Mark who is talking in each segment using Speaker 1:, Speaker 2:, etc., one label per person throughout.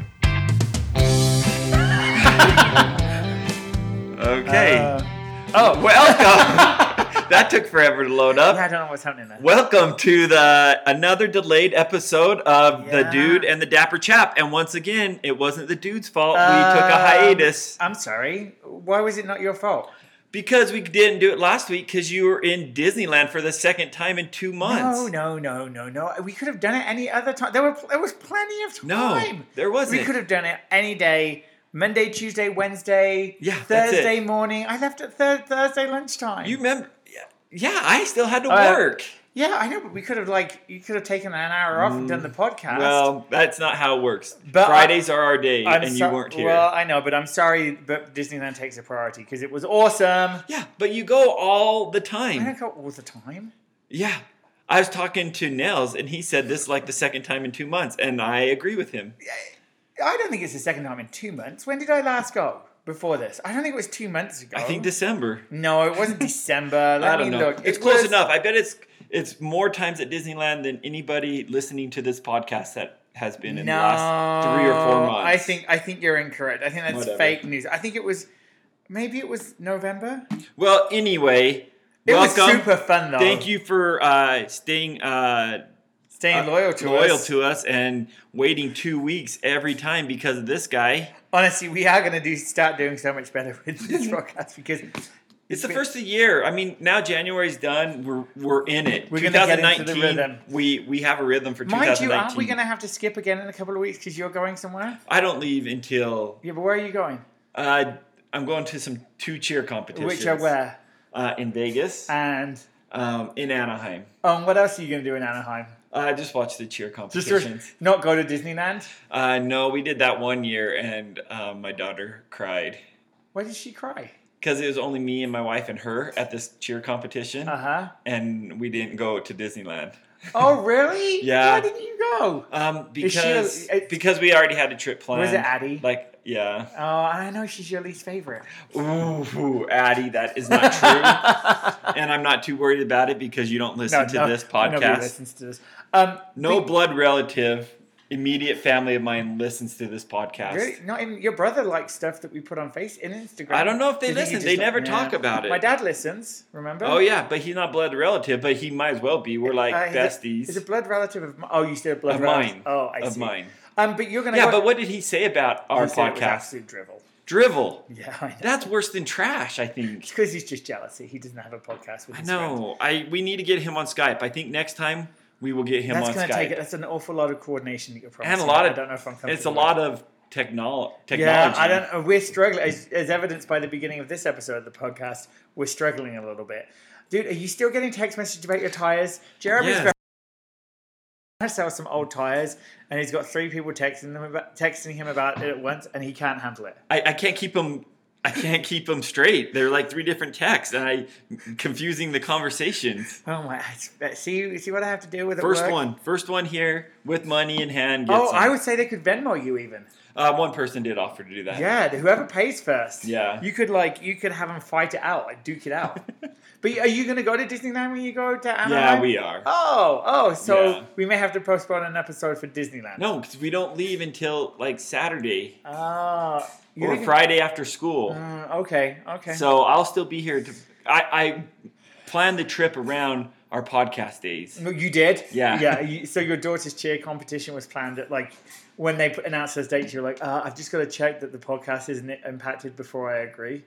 Speaker 1: Uh.
Speaker 2: Oh, Welcome. that took forever to load
Speaker 1: Yeah, Uh, I
Speaker 2: up.
Speaker 1: don't know what's happening there.
Speaker 2: Welcome to the another delayed episode of the
Speaker 1: Yeah.
Speaker 2: dude and the dapper chap. And once again, it wasn't the dude's fault. we took a
Speaker 1: Um,
Speaker 2: hiatus
Speaker 1: I'm sorry. Why was it not your fault?
Speaker 2: because we didn't do it last week because you were in Disneyland for the second time in two months.
Speaker 1: No, no, no, no, no. We could have done it any other time. There were there was plenty of
Speaker 2: No,
Speaker 1: time.
Speaker 2: there wasn't.
Speaker 1: We could have done it any day. Monday, Tuesday, Wednesday,
Speaker 2: Yeah, that's it.
Speaker 1: Thursday morning. I left at th- Thursday lunchtime.
Speaker 2: You remember? Yeah, I still had to
Speaker 1: Uh,
Speaker 2: work.
Speaker 1: yeah, I know, but we could have like you could have taken an hour off and done the podcast.
Speaker 2: Mm, Well, that's not how it works.
Speaker 1: But I-
Speaker 2: Fridays are our day,
Speaker 1: I'm
Speaker 2: and
Speaker 1: so-
Speaker 2: you weren't here.
Speaker 1: Well, I know, but I'm sorry, but Disneyland takes a priority because it was awesome.
Speaker 2: yeah, but you go all the
Speaker 1: I
Speaker 2: time.
Speaker 1: don't go all the time.
Speaker 2: Yeah. I was talking to Nels, and he said this like the second time in two months, and I agree with him.
Speaker 1: I don't think it's the second time in two months. When did I last go? Before this, I don't think it was two months ago.
Speaker 2: I think December.
Speaker 1: No, it wasn't December. Let
Speaker 2: I don't
Speaker 1: me
Speaker 2: know.
Speaker 1: Oh. look.
Speaker 2: it's
Speaker 1: It
Speaker 2: close
Speaker 1: was-
Speaker 2: enough. I bet it's it's more times at Disneyland than anybody listening to this podcast that has been in the last three or four
Speaker 1: No,
Speaker 2: months.
Speaker 1: I think I think you're incorrect. I think that's
Speaker 2: Whatever.
Speaker 1: fake news. I think it was maybe it was November.
Speaker 2: Well, anyway,
Speaker 1: It was
Speaker 2: welcome.
Speaker 1: super fun though.
Speaker 2: Thank you for uh, staying uh,
Speaker 1: staying loyal to
Speaker 2: loyal
Speaker 1: us.
Speaker 2: to us and waiting two weeks every time because of this guy.
Speaker 1: Honestly, we are going to do start doing so much better with this podcast because
Speaker 2: It's the
Speaker 1: been-
Speaker 2: first of the year. I mean, now January's done. We're we're in it.
Speaker 1: We're gonna get into the
Speaker 2: 2019,
Speaker 1: rhythm.
Speaker 2: We we have a rhythm for
Speaker 1: Mind
Speaker 2: 2019.
Speaker 1: you, aren't we going to have to skip again in a couple of weeks because you're going somewhere?
Speaker 2: I don't leave until
Speaker 1: Yeah, but where are you going?
Speaker 2: uh, I'm going to some two cheer competitions.
Speaker 1: Which are where?
Speaker 2: Uh, in Vegas,
Speaker 1: And
Speaker 2: um, in Anaheim.
Speaker 1: oh, and what else are you going to do in Anaheim?
Speaker 2: Uh, just watch the cheer
Speaker 1: Just
Speaker 2: competitions.
Speaker 1: to not go to Disneyland?
Speaker 2: Uh, no, we did that one year, and um, my daughter cried
Speaker 1: Why did she cry?
Speaker 2: because it was only me and my wife and her at this cheer competition,
Speaker 1: Uh huh.
Speaker 2: and we didn't go to Disneyland.
Speaker 1: Oh, really?
Speaker 2: Yeah.
Speaker 1: Why didn't you go?
Speaker 2: Um,
Speaker 1: Is she a-
Speaker 2: because
Speaker 1: it's-
Speaker 2: because we already had a trip planned.
Speaker 1: Was it Addie?
Speaker 2: Like, yeah.
Speaker 1: Oh, I know she's your least favorite.
Speaker 2: Ooh, Addie, that is not true. and I'm not too worried about it because you don't listen to this
Speaker 1: Nobody
Speaker 2: podcast.
Speaker 1: listens to this. Um,
Speaker 2: No blood relative, immediate family of mine listens to this podcast.
Speaker 1: really, not even your brother likes stuff that we put on face in Instagram.
Speaker 2: I don't know if they
Speaker 1: Do you think
Speaker 2: listen.
Speaker 1: he
Speaker 2: They
Speaker 1: just-
Speaker 2: never
Speaker 1: Nah.
Speaker 2: talk about it.
Speaker 1: My dad listens. Remember?
Speaker 2: Oh yeah, but he's not blood relative, but he might as well be. We're like
Speaker 1: Uh, he's a-
Speaker 2: besties
Speaker 1: He's a blood relative of. mi- Oh, you still a blood
Speaker 2: of
Speaker 1: relative.
Speaker 2: mine.
Speaker 1: Oh, I
Speaker 2: of
Speaker 1: see.
Speaker 2: mine.
Speaker 1: Um, but you're gonna.
Speaker 2: Yeah,
Speaker 1: go,
Speaker 2: but what did he say about our
Speaker 1: He said it was
Speaker 2: podcast?
Speaker 1: absolute drivel.
Speaker 2: Drivel.
Speaker 1: Yeah, I know.
Speaker 2: That's worse than trash, I think.
Speaker 1: Because he's just jealous. He doesn't have a podcast with
Speaker 2: I
Speaker 1: his friend.
Speaker 2: know. I we need to get him on Skype. I think next time we will get him
Speaker 1: That's
Speaker 2: on
Speaker 1: gonna
Speaker 2: Skype.
Speaker 1: take it. That's an awful lot of coordination that you're promising.
Speaker 2: and a lot
Speaker 1: I
Speaker 2: of
Speaker 1: don't know if I'm.
Speaker 2: It's a
Speaker 1: comfortable.
Speaker 2: lot of technol- technology.
Speaker 1: Yeah, I don't. uh, We're struggling, as, as evidenced by the beginning of this episode of the podcast. We're struggling a little bit, dude. Are you still getting text messages about your tires? Jeremy's
Speaker 2: Yes.
Speaker 1: very trying to sell some old tires, and he's got three people texting them about, texting him about it at once, and he can't handle it.
Speaker 2: I, I can't keep them. I can't keep them straight. They're like three different texts, and I confusing the conversations.
Speaker 1: Oh my! I- See, see what I have to deal with. at
Speaker 2: First
Speaker 1: work?
Speaker 2: one, first one here with money in hand. Gets
Speaker 1: Oh,
Speaker 2: him.
Speaker 1: I would say they could Venmo you even.
Speaker 2: Uh, one person did offer to do that.
Speaker 1: Yeah, whoever pays first.
Speaker 2: Yeah.
Speaker 1: you could like you could have them fight it out, like duke it out. but are you going to go to Disneyland when you go to Anaheim?
Speaker 2: Yeah, we are.
Speaker 1: Oh, oh, so
Speaker 2: Yeah.
Speaker 1: we may have to postpone an episode for Disneyland.
Speaker 2: No, because we don't leave until like Saturday
Speaker 1: Ah, you
Speaker 2: or
Speaker 1: think-
Speaker 2: Friday after school.
Speaker 1: Mm, okay, okay.
Speaker 2: So I'll still be here. To, I, I planned the trip around our podcast days.
Speaker 1: No, you did?
Speaker 2: Yeah.
Speaker 1: Yeah. You, so your daughter's cheer competition was planned at like when they put- announced those dates, you were like, uh, I've just got to check that the podcast isn't impacted before I agree.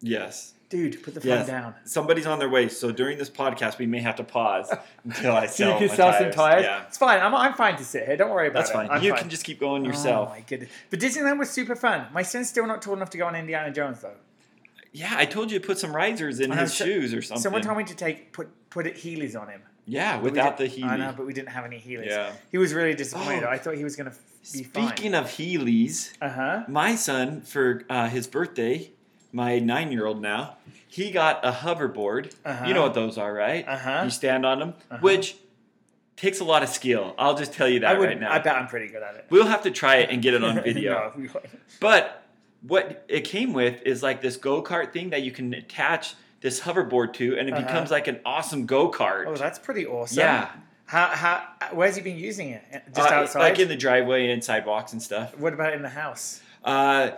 Speaker 2: Yes.
Speaker 1: Dude, put the phone
Speaker 2: Yes.
Speaker 1: down.
Speaker 2: Somebody's on their way. So during this podcast, we may have to pause until I
Speaker 1: So
Speaker 2: sell.
Speaker 1: you can
Speaker 2: my
Speaker 1: sell
Speaker 2: tires.
Speaker 1: some tires.
Speaker 2: Yeah.
Speaker 1: It's fine. I'm, I'm fine to sit here. Don't worry about
Speaker 2: That's
Speaker 1: it.
Speaker 2: fine.
Speaker 1: I'm
Speaker 2: you can just keep going yourself.
Speaker 1: Oh my goodness. But Disneyland was super fun. My son's still not tall enough to go on Indiana Jones though.
Speaker 2: yeah, I told you to put some risers in
Speaker 1: I know,
Speaker 2: his
Speaker 1: Uh, so-
Speaker 2: shoes or something.
Speaker 1: Someone told me to take put put it Heelys on him.
Speaker 2: yeah,
Speaker 1: But we
Speaker 2: without the
Speaker 1: didn't-
Speaker 2: Heelys.
Speaker 1: I know, but we didn't have any Heelys.
Speaker 2: Yeah.
Speaker 1: He was really disappointed.
Speaker 2: Oh.
Speaker 1: I thought he was going to be
Speaker 2: Speaking of Heelys,
Speaker 1: Uh huh.
Speaker 2: my son for uh, his birthday, my nine-year-old now, he got a hoverboard.
Speaker 1: Uh-huh.
Speaker 2: You know what those are, right?
Speaker 1: Uh-huh.
Speaker 2: You stand on them, which takes a lot of skill. I'll just tell you
Speaker 1: I
Speaker 2: that
Speaker 1: would.
Speaker 2: right now.
Speaker 1: I bet I'm pretty good at it.
Speaker 2: We'll have to try it and get it on video.
Speaker 1: No, we won't.
Speaker 2: But what it came with is like this go kart thing that you can attach this hoverboard to, and it
Speaker 1: Uh-huh.
Speaker 2: becomes like an awesome go kart.
Speaker 1: oh, that's pretty awesome.
Speaker 2: yeah,
Speaker 1: How how? Where's he been using it? Just
Speaker 2: Uh,
Speaker 1: outside.
Speaker 2: like in the driveway and sidewalks and stuff.
Speaker 1: what about in the house?
Speaker 2: Uh,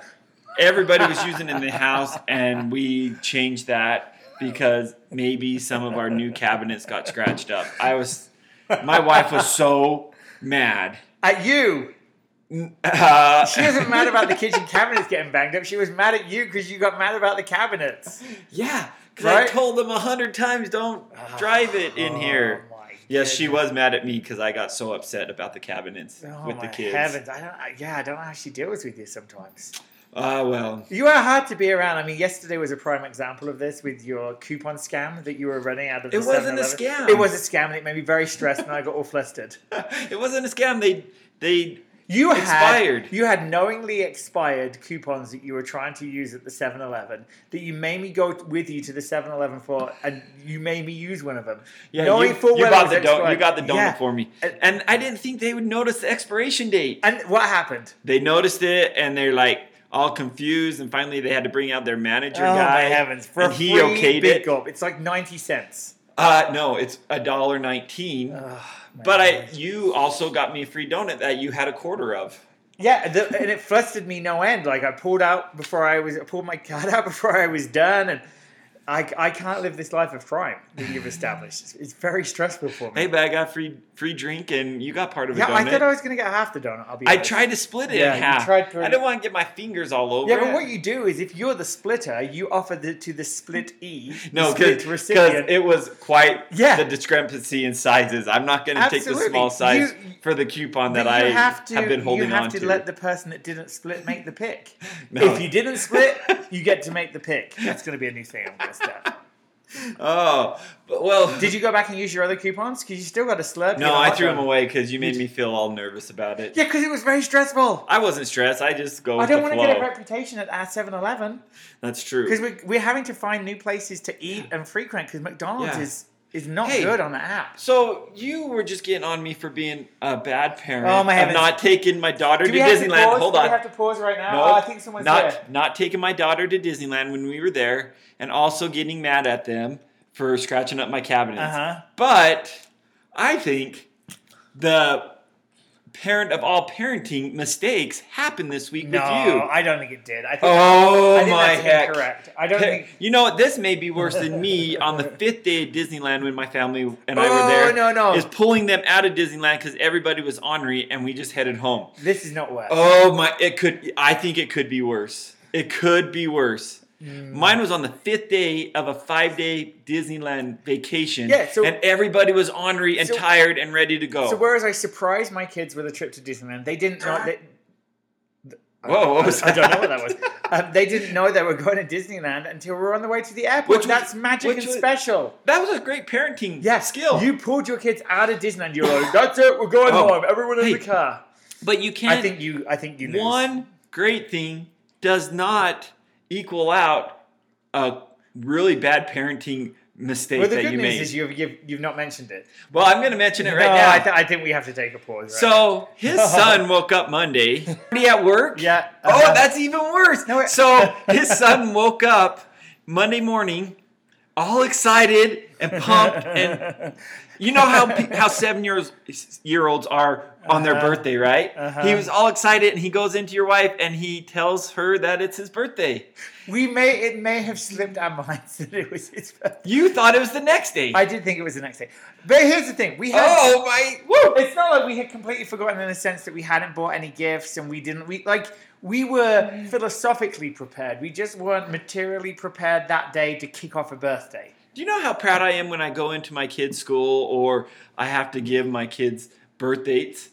Speaker 2: everybody was using it in the house, and we changed that because maybe some of our new cabinets got scratched up. I was, my wife was so mad.
Speaker 1: At you.
Speaker 2: Uh,
Speaker 1: She wasn't mad about the kitchen cabinets getting banged up. She was mad at you because you got mad about the cabinets.
Speaker 2: yeah, because I
Speaker 1: Right? Ah,
Speaker 2: told them a hundred times don't drive it in here.
Speaker 1: Oh, my
Speaker 2: Yes, she
Speaker 1: goodness.
Speaker 2: was mad at me because I got so upset about the cabinets
Speaker 1: Oh,
Speaker 2: with the
Speaker 1: my
Speaker 2: kids.
Speaker 1: heavens. I don't, I, yeah, I don't know how she deals with you sometimes.
Speaker 2: Ah, well,
Speaker 1: You are hard to be around. I mean, yesterday was a prime example of this with your coupon scam that you were running out of.
Speaker 2: It
Speaker 1: the
Speaker 2: wasn't a
Speaker 1: 7-Eleven.
Speaker 2: scam.
Speaker 1: It was a scam, and it made me very stressed, and I got all flustered.
Speaker 2: it wasn't a scam. They they
Speaker 1: You had,
Speaker 2: Expired.
Speaker 1: You had knowingly expired coupons that you were trying to use at the 7-Eleven that you made me go with you to the 7-Eleven for, and you made me use one of them.
Speaker 2: yeah
Speaker 1: knowing
Speaker 2: you,
Speaker 1: full
Speaker 2: you
Speaker 1: well it
Speaker 2: got
Speaker 1: was
Speaker 2: the don- you
Speaker 1: expired.
Speaker 2: got the donut
Speaker 1: Yeah. Uh,
Speaker 2: for me,
Speaker 1: And-
Speaker 2: and I didn't think they would notice the expiration date.
Speaker 1: And what happened?
Speaker 2: They noticed it and they're like all confused, and finally they had to bring out their manager
Speaker 1: oh
Speaker 2: guy.
Speaker 1: my heavens! For
Speaker 2: and
Speaker 1: a
Speaker 2: he
Speaker 1: free
Speaker 2: okayed
Speaker 1: big
Speaker 2: it.
Speaker 1: gulp, it's like ninety cents.
Speaker 2: Uh, no, it's a dollar nineteen.
Speaker 1: Ugh, Oh my
Speaker 2: but
Speaker 1: God.
Speaker 2: I, you also got me a free donut that you had a quarter of.
Speaker 1: Yeah, the, and it flustered me no end. Like I pulled out before I was I pulled my card out before I was done, and I, I can't live this life of crime that you've established. It's, it's very stressful for me.
Speaker 2: Hey, but I got free free drink, and you got part of a
Speaker 1: yeah,
Speaker 2: donut.
Speaker 1: I thought I was gonna get half the donut. I'll be.
Speaker 2: I
Speaker 1: honest.
Speaker 2: tried to split it
Speaker 1: Yeah,
Speaker 2: in
Speaker 1: you
Speaker 2: half.
Speaker 1: tried to-
Speaker 2: I didn't want to get my fingers all over.
Speaker 1: Yeah, but
Speaker 2: it.
Speaker 1: what you do is if you're the splitter, you offer the, to the split E, the
Speaker 2: no,
Speaker 1: split
Speaker 2: because it was quite
Speaker 1: Yeah.
Speaker 2: the discrepancy in sizes. I'm not going to take the
Speaker 1: Absolutely.
Speaker 2: small size
Speaker 1: You-
Speaker 2: for the coupon that
Speaker 1: But
Speaker 2: I
Speaker 1: you have to,
Speaker 2: been holding
Speaker 1: you have
Speaker 2: on
Speaker 1: to,
Speaker 2: to.
Speaker 1: let the person that didn't split make the pick.
Speaker 2: No.
Speaker 1: If you didn't split, you get to make the pick. That's going to be a new thing I'm going to start.
Speaker 2: oh, but, well,
Speaker 1: Did you go back and use your other coupons? Because you still got a slurp.
Speaker 2: no, I threw them
Speaker 1: away.
Speaker 2: away because you made me feel all nervous about it.
Speaker 1: Yeah, because it was very stressful.
Speaker 2: I wasn't stressed. I just go
Speaker 1: I
Speaker 2: with
Speaker 1: don't
Speaker 2: the
Speaker 1: want to
Speaker 2: flow.
Speaker 1: get a reputation at our 7 Eleven
Speaker 2: That's true.
Speaker 1: because we're, we're having to find new places to eat and frequent because McDonald's
Speaker 2: Yeah.
Speaker 1: is, is not
Speaker 2: Hey.
Speaker 1: good on the app.
Speaker 2: So you were just getting on me for being a bad parent.
Speaker 1: Oh, my
Speaker 2: of
Speaker 1: heavens.
Speaker 2: Not taking my daughter
Speaker 1: Do
Speaker 2: to
Speaker 1: we have to
Speaker 2: Disneyland.
Speaker 1: pause?
Speaker 2: Hold
Speaker 1: Do
Speaker 2: on.
Speaker 1: we have to pause right now?
Speaker 2: No,
Speaker 1: Oh, I think someone's
Speaker 2: not
Speaker 1: there.
Speaker 2: not taking my daughter to Disneyland when we were there, and also getting mad at them for scratching up my cabinets.
Speaker 1: Uh-huh.
Speaker 2: But I think the parent of all parenting mistakes happened this week
Speaker 1: No,
Speaker 2: with you.
Speaker 1: I don't think it did. I think,
Speaker 2: oh
Speaker 1: I think
Speaker 2: my
Speaker 1: that's
Speaker 2: heck!
Speaker 1: incorrect. I don't
Speaker 2: Pe-
Speaker 1: think.
Speaker 2: You know what? This may be worse than me on the fifth day of Disneyland when my family and I
Speaker 1: Oh,
Speaker 2: were there.
Speaker 1: no, no.
Speaker 2: Is pulling them out of Disneyland because everybody was ornery and we just headed home.
Speaker 1: This is not worse.
Speaker 2: Oh my! It could. I think it could be worse. It could be worse.
Speaker 1: Mm.
Speaker 2: Mine was on the fifth day of a five-day Disneyland vacation.
Speaker 1: Yeah, so-
Speaker 2: and everybody was ornery and
Speaker 1: So-
Speaker 2: tired and ready to go.
Speaker 1: So whereas I surprised my kids with a trip to Disneyland, they didn't know that.
Speaker 2: Whoa, Oh, what was
Speaker 1: I don't know what that
Speaker 2: that?
Speaker 1: was. Um, they didn't know they were going to Disneyland until we were on the way to the airport.
Speaker 2: Which was-
Speaker 1: That's magic
Speaker 2: which
Speaker 1: and
Speaker 2: was-
Speaker 1: special.
Speaker 2: that was a great parenting
Speaker 1: Yeah,
Speaker 2: skill.
Speaker 1: You pulled your kids out of Disneyland. You were like, "That's it, we're going
Speaker 2: Oh.
Speaker 1: home. Everyone in
Speaker 2: Hey,
Speaker 1: the car."
Speaker 2: but you can't.
Speaker 1: I think you. I think you lose.
Speaker 2: one great thing does not equal out a really bad parenting mistake
Speaker 1: Well, the
Speaker 2: that
Speaker 1: good
Speaker 2: you
Speaker 1: news
Speaker 2: made.
Speaker 1: is you've, you've you've not mentioned it.
Speaker 2: well, I'm going to mention it right
Speaker 1: no,
Speaker 2: now.
Speaker 1: I, th- I think we have to take a pause. Right
Speaker 2: so his son woke up Monday. Already at work.
Speaker 1: Yeah. uh,
Speaker 2: Oh, that's even worse.
Speaker 1: Uh-huh. No, it-
Speaker 2: so his son woke up Monday morning, all excited and pumped, and you know how pe- how seven years year olds are on their birthday, right?
Speaker 1: Uh-huh.
Speaker 2: He was all excited, and he goes into your wife and he tells her that it's his birthday.
Speaker 1: we may it may have slipped our minds that it was his birthday.
Speaker 2: You thought it was the next day.
Speaker 1: I did think it was the next day. But here's the thing: we had
Speaker 2: oh my! Woo!
Speaker 1: it's not like we had completely forgotten in the sense that we hadn't bought any gifts and we didn't we like we were
Speaker 2: Mm.
Speaker 1: philosophically prepared we just weren't materially prepared that day to kick off a birthday
Speaker 2: Do you know how proud I am when I go into my kids' school or I have to give my kids birth dates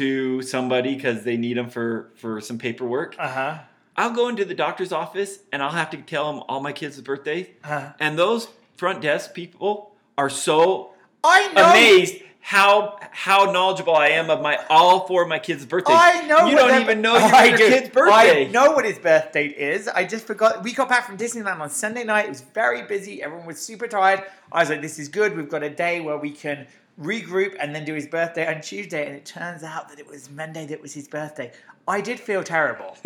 Speaker 2: to somebody because they need them for for some paperwork?
Speaker 1: uh-huh
Speaker 2: I'll go into the doctor's office and I'll have to tell them all my kids' birthdays.
Speaker 1: Uh-huh.
Speaker 2: And those front desk people are so
Speaker 1: i know
Speaker 2: amazed how how knowledgeable I am of my all four of my kids' birthdays.
Speaker 1: I know.
Speaker 2: you
Speaker 1: what
Speaker 2: don't
Speaker 1: their-
Speaker 2: even know your,
Speaker 1: I
Speaker 2: your
Speaker 1: do.
Speaker 2: kid's birthday.
Speaker 1: I know what his birth date is. I just forgot. We got back from Disneyland on Sunday night. It was very busy. Everyone was super tired. I was like, "This is good. We've got a day where we can regroup and then do his birthday on Tuesday." And it turns out that it was Monday that was his birthday. I did feel terrible.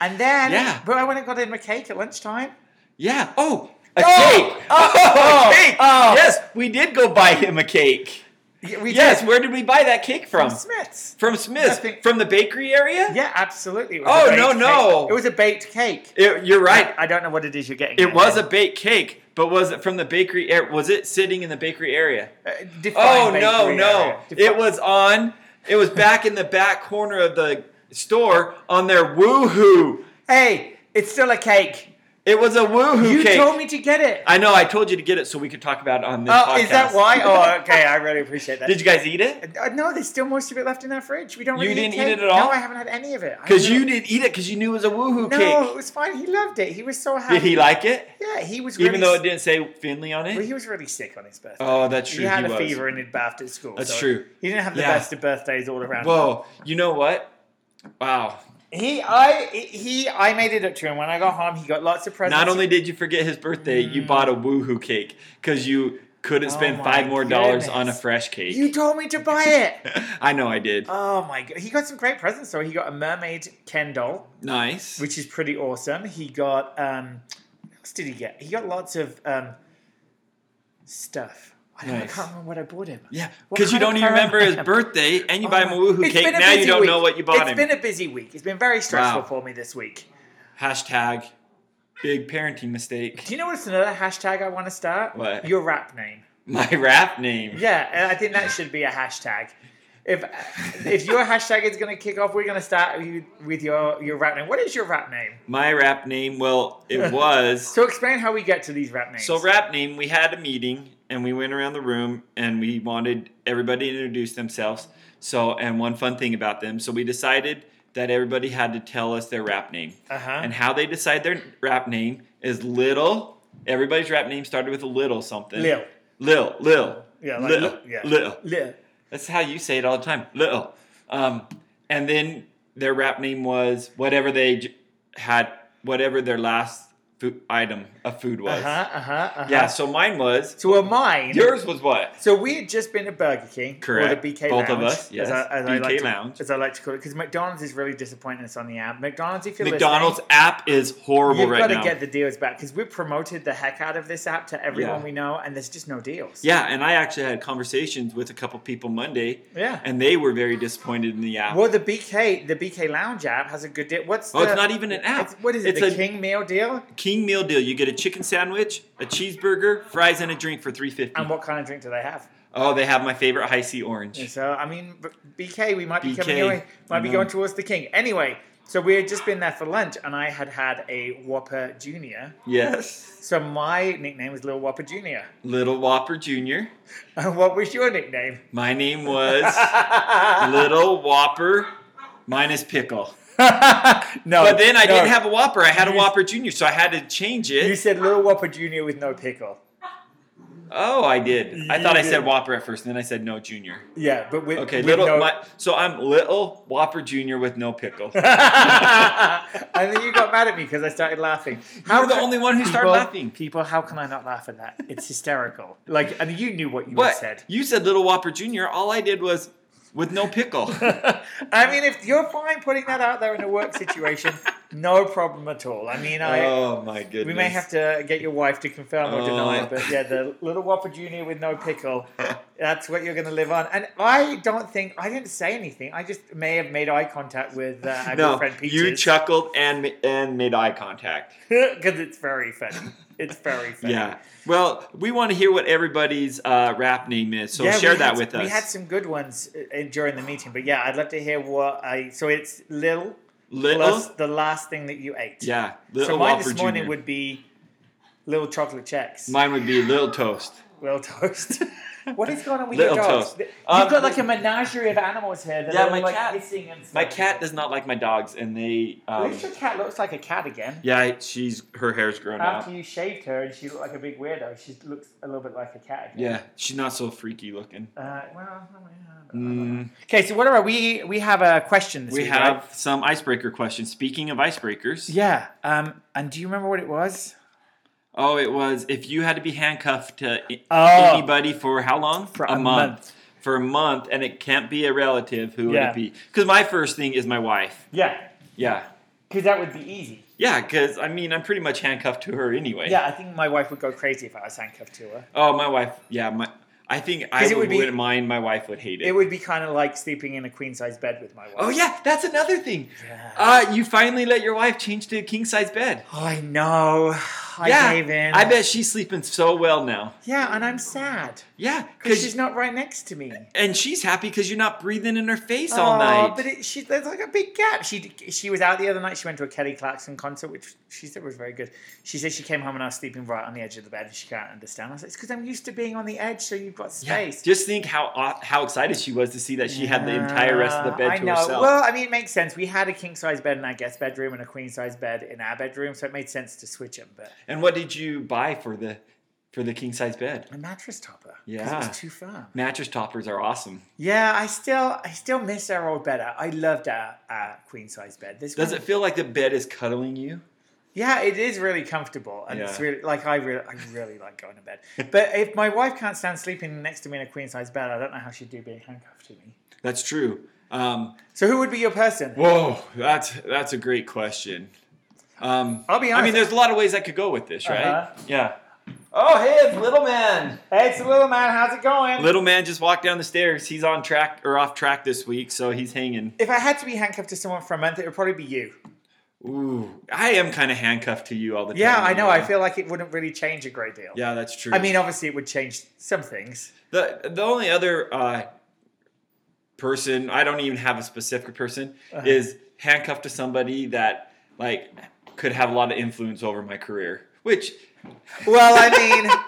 Speaker 1: and then,
Speaker 2: Yeah.
Speaker 1: but I went and got him a cake at lunchtime.
Speaker 2: Yeah. Oh, a
Speaker 1: Oh!
Speaker 2: cake.
Speaker 1: Oh!
Speaker 2: a cake.
Speaker 1: Oh!
Speaker 2: Yes, we did go buy him a cake.
Speaker 1: Yeah, We
Speaker 2: Yes.
Speaker 1: did.
Speaker 2: Where did we buy that cake from?
Speaker 1: Smiths.
Speaker 2: From Smith's.
Speaker 1: Nothing.
Speaker 2: From the bakery area.
Speaker 1: Yeah, absolutely. It was
Speaker 2: Oh,
Speaker 1: a baked
Speaker 2: no,
Speaker 1: cake.
Speaker 2: no.
Speaker 1: It was a baked cake.
Speaker 2: It- you're right.
Speaker 1: I don't know what it is you're getting.
Speaker 2: It
Speaker 1: at,
Speaker 2: was
Speaker 1: then.
Speaker 2: a baked cake, But was it from the bakery? Air, was it sitting in the bakery area?
Speaker 1: Uh, define
Speaker 2: Oh no,
Speaker 1: bakery
Speaker 2: no!
Speaker 1: area. Defi-
Speaker 2: It was on. It was back in the back corner of the store on their woohoo.
Speaker 1: hey, it's still a cake.
Speaker 2: It was a woohoo
Speaker 1: You
Speaker 2: cake.
Speaker 1: told me to get it.
Speaker 2: I know. I told you to get it so we could talk about it on this.
Speaker 1: Oh, is that
Speaker 2: podcast.
Speaker 1: why? Oh, okay. I really appreciate that.
Speaker 2: Did you guys eat it?
Speaker 1: Uh, No, there's still most of it left in that fridge. We don't.
Speaker 2: You
Speaker 1: Really
Speaker 2: didn't eat
Speaker 1: cake.
Speaker 2: it at all?
Speaker 1: No, I haven't had any of it. I
Speaker 2: Because you
Speaker 1: really-
Speaker 2: didn't eat it because you knew it was a woohoo
Speaker 1: No, it
Speaker 2: cake.
Speaker 1: was fine. He loved it. He was so happy.
Speaker 2: Did he like it?
Speaker 1: Yeah, he was. Really
Speaker 2: Even though
Speaker 1: s-
Speaker 2: it didn't say Finley on
Speaker 1: well,
Speaker 2: it.
Speaker 1: he was really sick on his birthday.
Speaker 2: Oh, that's true.
Speaker 1: he had
Speaker 2: he
Speaker 1: a
Speaker 2: was.
Speaker 1: fever and had bathed at school.
Speaker 2: That's
Speaker 1: so
Speaker 2: true.
Speaker 1: He didn't have the
Speaker 2: Yeah.
Speaker 1: best of birthdays all around.
Speaker 2: Whoa! You know what? Wow!
Speaker 1: He, I, he, I made it up to him when I got home. He got lots of presents.
Speaker 2: Not only did you forget his birthday, you bought a woohoo cake because you couldn't
Speaker 1: Mm. Oh
Speaker 2: spend
Speaker 1: my
Speaker 2: five more dollars
Speaker 1: goodness.
Speaker 2: on a fresh cake.
Speaker 1: you told me to buy it.
Speaker 2: I know I did.
Speaker 1: oh my god, he got some great presents. So he got a mermaid Ken doll,
Speaker 2: nice.
Speaker 1: which is pretty awesome. He got, um, what else did he get? He got lots of um, stuff. I, don't,
Speaker 2: Nice.
Speaker 1: I can't remember what I bought him.
Speaker 2: yeah,
Speaker 1: What
Speaker 2: because you
Speaker 1: kind
Speaker 2: don't
Speaker 1: of
Speaker 2: even remember his
Speaker 1: caramel?
Speaker 2: birthday, and you buy him a
Speaker 1: Oh,
Speaker 2: woohoo
Speaker 1: it's
Speaker 2: cake.
Speaker 1: been a
Speaker 2: Now you
Speaker 1: busy
Speaker 2: don't
Speaker 1: week.
Speaker 2: know what you bought him.
Speaker 1: It's been a busy week. It's been very stressful
Speaker 2: Wow.
Speaker 1: for me this week.
Speaker 2: Hashtag big parenting mistake.
Speaker 1: Do you know what's another hashtag I want to start?
Speaker 2: What?
Speaker 1: Your rap name.
Speaker 2: My rap name.
Speaker 1: Yeah, and I think that should be a hashtag. If if your hashtag is going to kick off, we're going to start with you- with your your rap name. What is your rap name?
Speaker 2: My rap name. Well, it was.
Speaker 1: So explain how we get to these rap names.
Speaker 2: So rap name, we had a meeting and we went around the room and we wanted everybody to introduce themselves. So and one fun thing about them, so we decided that everybody had to tell us their rap name.
Speaker 1: Uh-huh.
Speaker 2: And how they decide their rap name is little. Everybody's rap name started with a little something.
Speaker 1: Lil.
Speaker 2: Lil. Lil.
Speaker 1: Yeah, like
Speaker 2: Lil.
Speaker 1: Lil- yeah.
Speaker 2: Lil.
Speaker 1: Lil.
Speaker 2: That's how you say it all the time. Little. Um, and then their rap name was whatever they j- had, whatever their last food item of food was.
Speaker 1: Uh huh. Uh huh. Uh-huh.
Speaker 2: Yeah, so mine was.
Speaker 1: So are mine.
Speaker 2: Yours was what?
Speaker 1: So we had just been to Burger King,
Speaker 2: Correct.
Speaker 1: Or the BK
Speaker 2: Both of
Speaker 1: Lounge,
Speaker 2: us, yes.
Speaker 1: As I, as I
Speaker 2: BK
Speaker 1: like to,
Speaker 2: Lounge.
Speaker 1: as I like to call it, because McDonald's is really disappointing us on the app. McDonald's, if you're
Speaker 2: McDonald's app is horrible
Speaker 1: listening, you've
Speaker 2: right
Speaker 1: got to
Speaker 2: now.
Speaker 1: get the deals back because we've promoted the heck out of this app to everyone
Speaker 2: Yeah.
Speaker 1: we know, and there's just no deals.
Speaker 2: yeah, and I actually had conversations with a couple people Monday,
Speaker 1: Yeah.
Speaker 2: and they were very disappointed in the app.
Speaker 1: Well, the BK, the BK Lounge app has a good deal. What's
Speaker 2: Oh, it's
Speaker 1: the-
Speaker 2: not even an app.
Speaker 1: It's, what is it?
Speaker 2: It's
Speaker 1: the
Speaker 2: a-
Speaker 1: King meal deal.
Speaker 2: King meal deal: you get a chicken sandwich, a cheeseburger, fries, and a drink for three fifty.
Speaker 1: And what kind of drink do they have?
Speaker 2: Oh, they have my favorite high C orange.
Speaker 1: And so I mean, b- BK, we might be
Speaker 2: BK,
Speaker 1: coming away, might
Speaker 2: I
Speaker 1: be
Speaker 2: know.
Speaker 1: going towards the King. Anyway, so we had just been there for lunch, and I had had a Whopper Junior.
Speaker 2: Yes,
Speaker 1: So my nickname was Little Whopper Junior.
Speaker 2: Little Whopper Junior.
Speaker 1: And what was your nickname?
Speaker 2: My name was Little Whopper minus pickle.
Speaker 1: no,
Speaker 2: But then I
Speaker 1: no.
Speaker 2: didn't have a Whopper. I had a
Speaker 1: You-
Speaker 2: Whopper Junior, so I had to change it.
Speaker 1: You said Little Whopper Junior with no pickle.
Speaker 2: Oh, I did. I thought I
Speaker 1: You
Speaker 2: said
Speaker 1: did.
Speaker 2: Whopper at first, and then I said no Junior.
Speaker 1: Yeah, but with
Speaker 2: Okay,
Speaker 1: with
Speaker 2: little.
Speaker 1: no-
Speaker 2: My, so I'm little Whopper Junior with no pickle. You
Speaker 1: and then you got mad at me because I started laughing.
Speaker 2: were the
Speaker 1: ca-
Speaker 2: only one who started
Speaker 1: people,
Speaker 2: laughing.
Speaker 1: People, how can I not laugh at that? It's hysterical. Like, and you knew what you had
Speaker 2: But
Speaker 1: said.
Speaker 2: you said little Whopper Junior. All I did was with no pickle.
Speaker 1: I mean, if you're fine putting that out there in a work situation, no problem at all. I mean, I.
Speaker 2: oh my goodness.
Speaker 1: we may have to get your wife to confirm or deny,
Speaker 2: Oh.
Speaker 1: it, but yeah, the little Whopper Junior with no pickle, that's what you're going to live on. And I don't think, I didn't say anything. I just may have made eye contact with uh, our good
Speaker 2: No,
Speaker 1: friend Peaches.
Speaker 2: you chuckled and ma- and made eye contact.
Speaker 1: because it's very funny. It's very funny.
Speaker 2: Yeah. Well, we want to hear what everybody's uh, rap name is, so
Speaker 1: Yeah,
Speaker 2: share
Speaker 1: we
Speaker 2: that
Speaker 1: had,
Speaker 2: with us.
Speaker 1: We had some good ones uh, during the meeting, but yeah, I'd love to hear what I. So it's Lil
Speaker 2: little.
Speaker 1: plus the last thing that you ate.
Speaker 2: yeah.
Speaker 1: So
Speaker 2: Little
Speaker 1: mine
Speaker 2: Whopper
Speaker 1: this morning
Speaker 2: Jr..
Speaker 1: would be little chocolate checks,
Speaker 2: Mine would be little toast.
Speaker 1: little toast. what is going on with
Speaker 2: Little
Speaker 1: your dogs?
Speaker 2: toast.
Speaker 1: Th- You've
Speaker 2: Um,
Speaker 1: got like a menagerie of animals here. That
Speaker 2: Yeah,
Speaker 1: are
Speaker 2: my
Speaker 1: like
Speaker 2: cat-
Speaker 1: hissing and stuff.
Speaker 2: My cat does not like my dogs, and they.
Speaker 1: At
Speaker 2: Um,
Speaker 1: least your cat looks like a cat again.
Speaker 2: yeah, she's her hair's grown out.
Speaker 1: After you shaved her and she looked like a big weirdo, she looks a little bit like a cat again.
Speaker 2: Yeah, she's not so freaky looking.
Speaker 1: Uh, well, I don't know.
Speaker 2: Mm,
Speaker 1: Okay, so what are we? We have a question this
Speaker 2: we
Speaker 1: week,
Speaker 2: have
Speaker 1: right?
Speaker 2: some icebreaker questions. Speaking of icebreakers,
Speaker 1: Yeah. Um, and do you remember what it was?
Speaker 2: oh, it was if you had to be handcuffed to i-
Speaker 1: Oh.
Speaker 2: anybody for how long?
Speaker 1: For a month.
Speaker 2: For a month, and it can't be a relative. Who
Speaker 1: Yeah.
Speaker 2: would it be? Because my first thing is my wife.
Speaker 1: Yeah,
Speaker 2: Yeah,
Speaker 1: because that would be easy.
Speaker 2: yeah. Because I mean, I'm pretty much handcuffed to her anyway.
Speaker 1: Yeah, I think my wife would go crazy if I was handcuffed to her.
Speaker 2: Oh, my wife. Yeah, my. I think I
Speaker 1: 'Cause it
Speaker 2: would,
Speaker 1: would be-
Speaker 2: not mind. My wife would hate it.
Speaker 1: It would be kind of like sleeping in a queen size bed with my wife.
Speaker 2: oh yeah, that's another thing.
Speaker 1: Yeah.
Speaker 2: Uh, you finally let your wife change to a king size bed.
Speaker 1: I know. High
Speaker 2: yeah,
Speaker 1: Haven.
Speaker 2: I bet she's sleeping so well now.
Speaker 1: Yeah, and I'm sad
Speaker 2: Yeah,
Speaker 1: because
Speaker 2: because
Speaker 1: she's not right next to me.
Speaker 2: and she's happy because you're not breathing in her face
Speaker 1: Oh,
Speaker 2: all night.
Speaker 1: But it, she, there's like a big gap. She she was out the other night. She went to a Kelly Clarkson concert, which she said was very good. She said she came home and I was sleeping right on the edge of the bed, and she can't understand. I said it's because I'm used to being on the edge, so you've got
Speaker 2: Yeah,
Speaker 1: space.
Speaker 2: Just think how aw- how excited she was to see that she had the entire rest of the bed
Speaker 1: Ah, I
Speaker 2: to
Speaker 1: know.
Speaker 2: herself.
Speaker 1: Well, I mean, it makes sense. We had a king size bed in our guest bedroom and a queen size bed in our bedroom, so it made sense to switch them. But
Speaker 2: and what did you buy for the for the king size bed?
Speaker 1: a mattress topper, 'cause it
Speaker 2: Yeah.
Speaker 1: was too firm.
Speaker 2: Mattress toppers are awesome.
Speaker 1: Yeah, I still, I still miss our old bed. I I loved our, our queen size bed. This
Speaker 2: Does
Speaker 1: one-
Speaker 2: it feel like the bed is cuddling you?
Speaker 1: Yeah, it is really comfortable, and it's
Speaker 2: Yeah.
Speaker 1: really like I really, I really like going to bed. But if my wife can't stand sleeping next to me in a queen size bed, I don't know how she'd do being handcuffed to me.
Speaker 2: That's true. Um,
Speaker 1: So who would be your person?
Speaker 2: whoa, that's that's a great question. Um,
Speaker 1: I'll be
Speaker 2: I
Speaker 1: honest.
Speaker 2: mean, there's a lot of ways I could go with this, right?
Speaker 1: Uh-huh.
Speaker 2: Yeah. Oh, hey, it's little man.
Speaker 1: hey, it's the little man. How's it going?
Speaker 2: Little man just walked down the stairs. He's on track or off track this week, so he's hanging.
Speaker 1: if I had to be handcuffed to someone for a month, it would probably be you.
Speaker 2: Ooh, I am kind of handcuffed to you all the time.
Speaker 1: Yeah, I know. I
Speaker 2: anyway.
Speaker 1: feel like it wouldn't really change a great deal.
Speaker 2: Yeah, that's true.
Speaker 1: I mean, obviously, it would change some things.
Speaker 2: the the only other uh, person I don't even have a specific person
Speaker 1: Uh-huh.
Speaker 2: is handcuffed to somebody that like could have a lot of influence over my career, which
Speaker 1: Well, I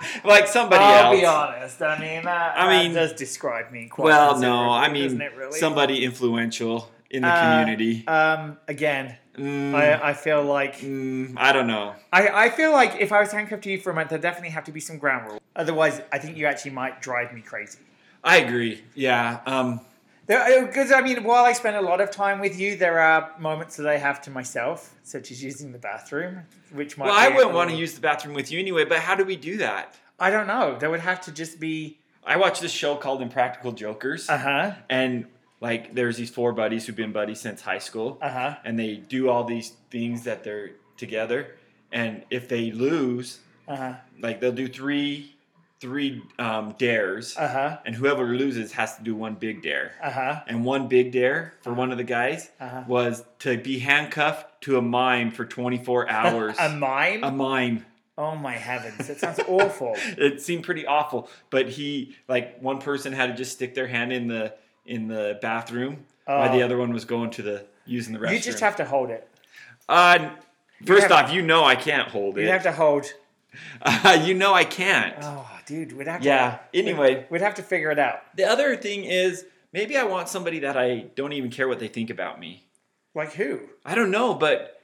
Speaker 1: mean,
Speaker 2: like somebody
Speaker 1: I'll
Speaker 2: else.
Speaker 1: be honest. I mean, that,
Speaker 2: I
Speaker 1: that
Speaker 2: mean-
Speaker 1: does describe me quite.
Speaker 2: Well, no,
Speaker 1: considerably,
Speaker 2: I mean
Speaker 1: doesn't it really?
Speaker 2: somebody influential in the
Speaker 1: Uh,
Speaker 2: community.
Speaker 1: Um, again,
Speaker 2: Mm,
Speaker 1: I, I feel like
Speaker 2: mm, I don't know.
Speaker 1: I, I feel like if I was handcuffed to you for a month, there'd definitely have to be some ground rule. Otherwise, I think you actually might drive me crazy.
Speaker 2: I agree. Yeah. Um,
Speaker 1: Because, I mean, while I spend a lot of time with you, there are moments that I have to myself, such as using the bathroom, which might
Speaker 2: well, I
Speaker 1: be a
Speaker 2: wouldn't want to
Speaker 1: little-
Speaker 2: use the bathroom with you anyway. But how do we do that?
Speaker 1: I don't know. There would have to just be.
Speaker 2: I watched this show called Impractical Jokers.
Speaker 1: Uh huh.
Speaker 2: and like there's these four buddies who've been buddies since high school
Speaker 1: Uh-huh.
Speaker 2: and they do all these things that they're together and if they lose
Speaker 1: Uh huh.
Speaker 2: like they'll do three three um, dares
Speaker 1: Uh huh.
Speaker 2: and whoever loses has to do one big dare
Speaker 1: Uh huh.
Speaker 2: and one big dare for one of the guys
Speaker 1: Uh-huh.
Speaker 2: was to be handcuffed to a mime for 24 hours
Speaker 1: A mime?
Speaker 2: a mime
Speaker 1: oh my heavens! That sounds awful.
Speaker 2: it seemed pretty awful but he like one person had to just stick their hand in the in the bathroom while the
Speaker 1: Oh.
Speaker 2: other one was going to the using the restroom
Speaker 1: You just have to hold it.
Speaker 2: uh, first
Speaker 1: have-
Speaker 2: off you know i can't hold
Speaker 1: You'd
Speaker 2: it
Speaker 1: have to hold.
Speaker 2: you know i can't
Speaker 1: Oh, dude, we'd have to.
Speaker 2: yeah anyway
Speaker 1: We'd have to figure it out.
Speaker 2: the other thing is maybe i want somebody that i don't even care what they think about me
Speaker 1: Like who?
Speaker 2: i don't know but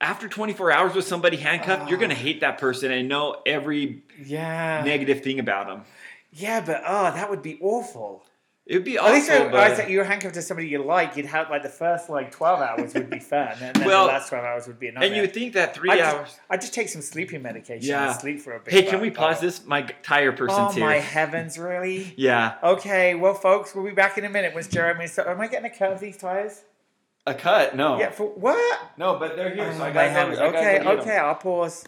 Speaker 2: after 24 hours with somebody handcuffed you're
Speaker 1: Oh.
Speaker 2: gonna hate that person and know every
Speaker 1: Yeah.
Speaker 2: negative thing about them
Speaker 1: Yeah, but oh, that would be awful.
Speaker 2: it would be
Speaker 1: At least
Speaker 2: awful
Speaker 1: if I
Speaker 2: but-
Speaker 1: said you were handcuffed to somebody you like, you'd have like the first like twelve hours would be fun, and then
Speaker 2: Well,
Speaker 1: the last twelve hours would be a nightmare.
Speaker 2: and you would think that three
Speaker 1: I
Speaker 2: hours
Speaker 1: just, I just take some sleeping medication
Speaker 2: Yeah.
Speaker 1: and sleep for a bit.
Speaker 2: Hey, can
Speaker 1: but-
Speaker 2: we pause this? My g- tire person's
Speaker 1: Oh
Speaker 2: here.
Speaker 1: my heavens, really?
Speaker 2: Yeah.
Speaker 1: Okay, well, folks, we'll be back in a minute. Once Jeremy, so am I getting a cut of these tires?
Speaker 2: A cut? No.
Speaker 1: Yeah, for what?
Speaker 2: No, but they're here, so
Speaker 1: Oh,
Speaker 2: I
Speaker 1: my
Speaker 2: gotta have
Speaker 1: heavens.
Speaker 2: I gotta
Speaker 1: okay,
Speaker 2: go get 'em.
Speaker 1: okay, I'll pause.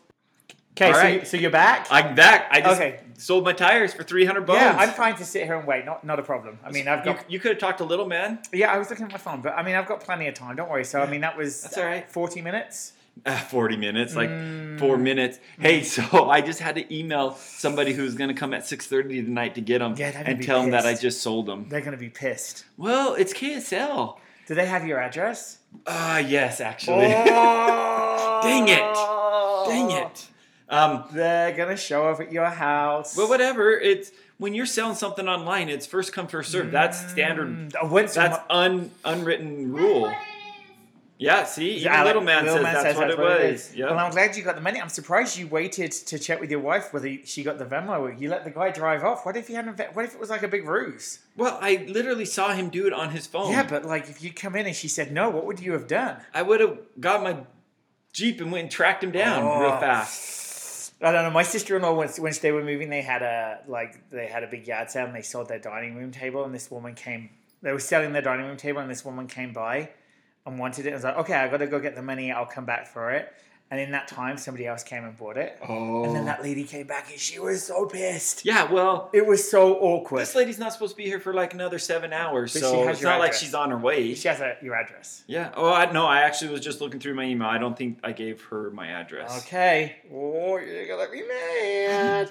Speaker 1: Okay,
Speaker 2: All
Speaker 1: so,
Speaker 2: right.
Speaker 1: you, so you're back.
Speaker 2: I'm back. I just
Speaker 1: Okay.
Speaker 2: sold my tires for 300 bucks.
Speaker 1: yeah, I'm fine to sit here and wait. Not, not a problem. I mean, I've
Speaker 2: You,
Speaker 1: got
Speaker 2: you could have talked to little man.
Speaker 1: Yeah, I was looking at my phone, but I mean, I've got plenty of time. Don't worry. So, I mean, that was
Speaker 2: That's all right.
Speaker 1: 40 minutes.
Speaker 2: Uh, 40 minutes, like
Speaker 1: Mm.
Speaker 2: four minutes. Hey, so I just had to email somebody who's gonna come at 6:30 tonight to get them
Speaker 1: Yeah, that'd
Speaker 2: and
Speaker 1: be
Speaker 2: tell them that I
Speaker 1: pissed.
Speaker 2: just sold them.
Speaker 1: They're going to be pissed.
Speaker 2: Well, it's KSL.
Speaker 1: Do they have your address? Oh!
Speaker 2: Ah, yes, actually.
Speaker 1: Dang
Speaker 2: Dang it. Dang it. Um,
Speaker 1: They're going to show up at your house.
Speaker 2: Well, whatever. It's when you're selling something online, it's first come, first serve. That's standard.
Speaker 1: Uh, Once
Speaker 2: That's un unwritten rule. Yeah. See, even
Speaker 1: Alec-
Speaker 2: little man says that's what it was.
Speaker 1: is. Well,
Speaker 2: Yeah.
Speaker 1: I'm glad you got the money. I'm surprised you waited to check with your wife whether she got the Venmo. You let the guy drive off. What if he hadn't? What if it was like a big ruse?
Speaker 2: Well, I literally saw him do it on his phone.
Speaker 1: Yeah, but like if you come in and she said no, what would you have done?
Speaker 2: I would have got my jeep and went and tracked him down real
Speaker 1: Oh.
Speaker 2: fast.
Speaker 1: I don't know. My sister in law once, once they were moving, they had a like they had a big yard sale and they sold their dining room table. And this woman came. They were selling their dining room table, and this woman came by and wanted it. I was like, okay, I got to go get the money. I'll come back for it. And in that time, somebody else came and bought it.
Speaker 2: Oh.
Speaker 1: And then that lady came back and she was so pissed.
Speaker 2: yeah, well,
Speaker 1: It was so awkward.
Speaker 2: this lady's not supposed to be here for like another seven hours,
Speaker 1: But she
Speaker 2: so
Speaker 1: has
Speaker 2: it's
Speaker 1: your
Speaker 2: not like
Speaker 1: address.
Speaker 2: she's on her way.
Speaker 1: She has a, your address.
Speaker 2: Yeah. Oh, I, no, I actually was just looking through my email. I don't think I gave her my address.
Speaker 1: Okay. Oh, you're gonna be mad.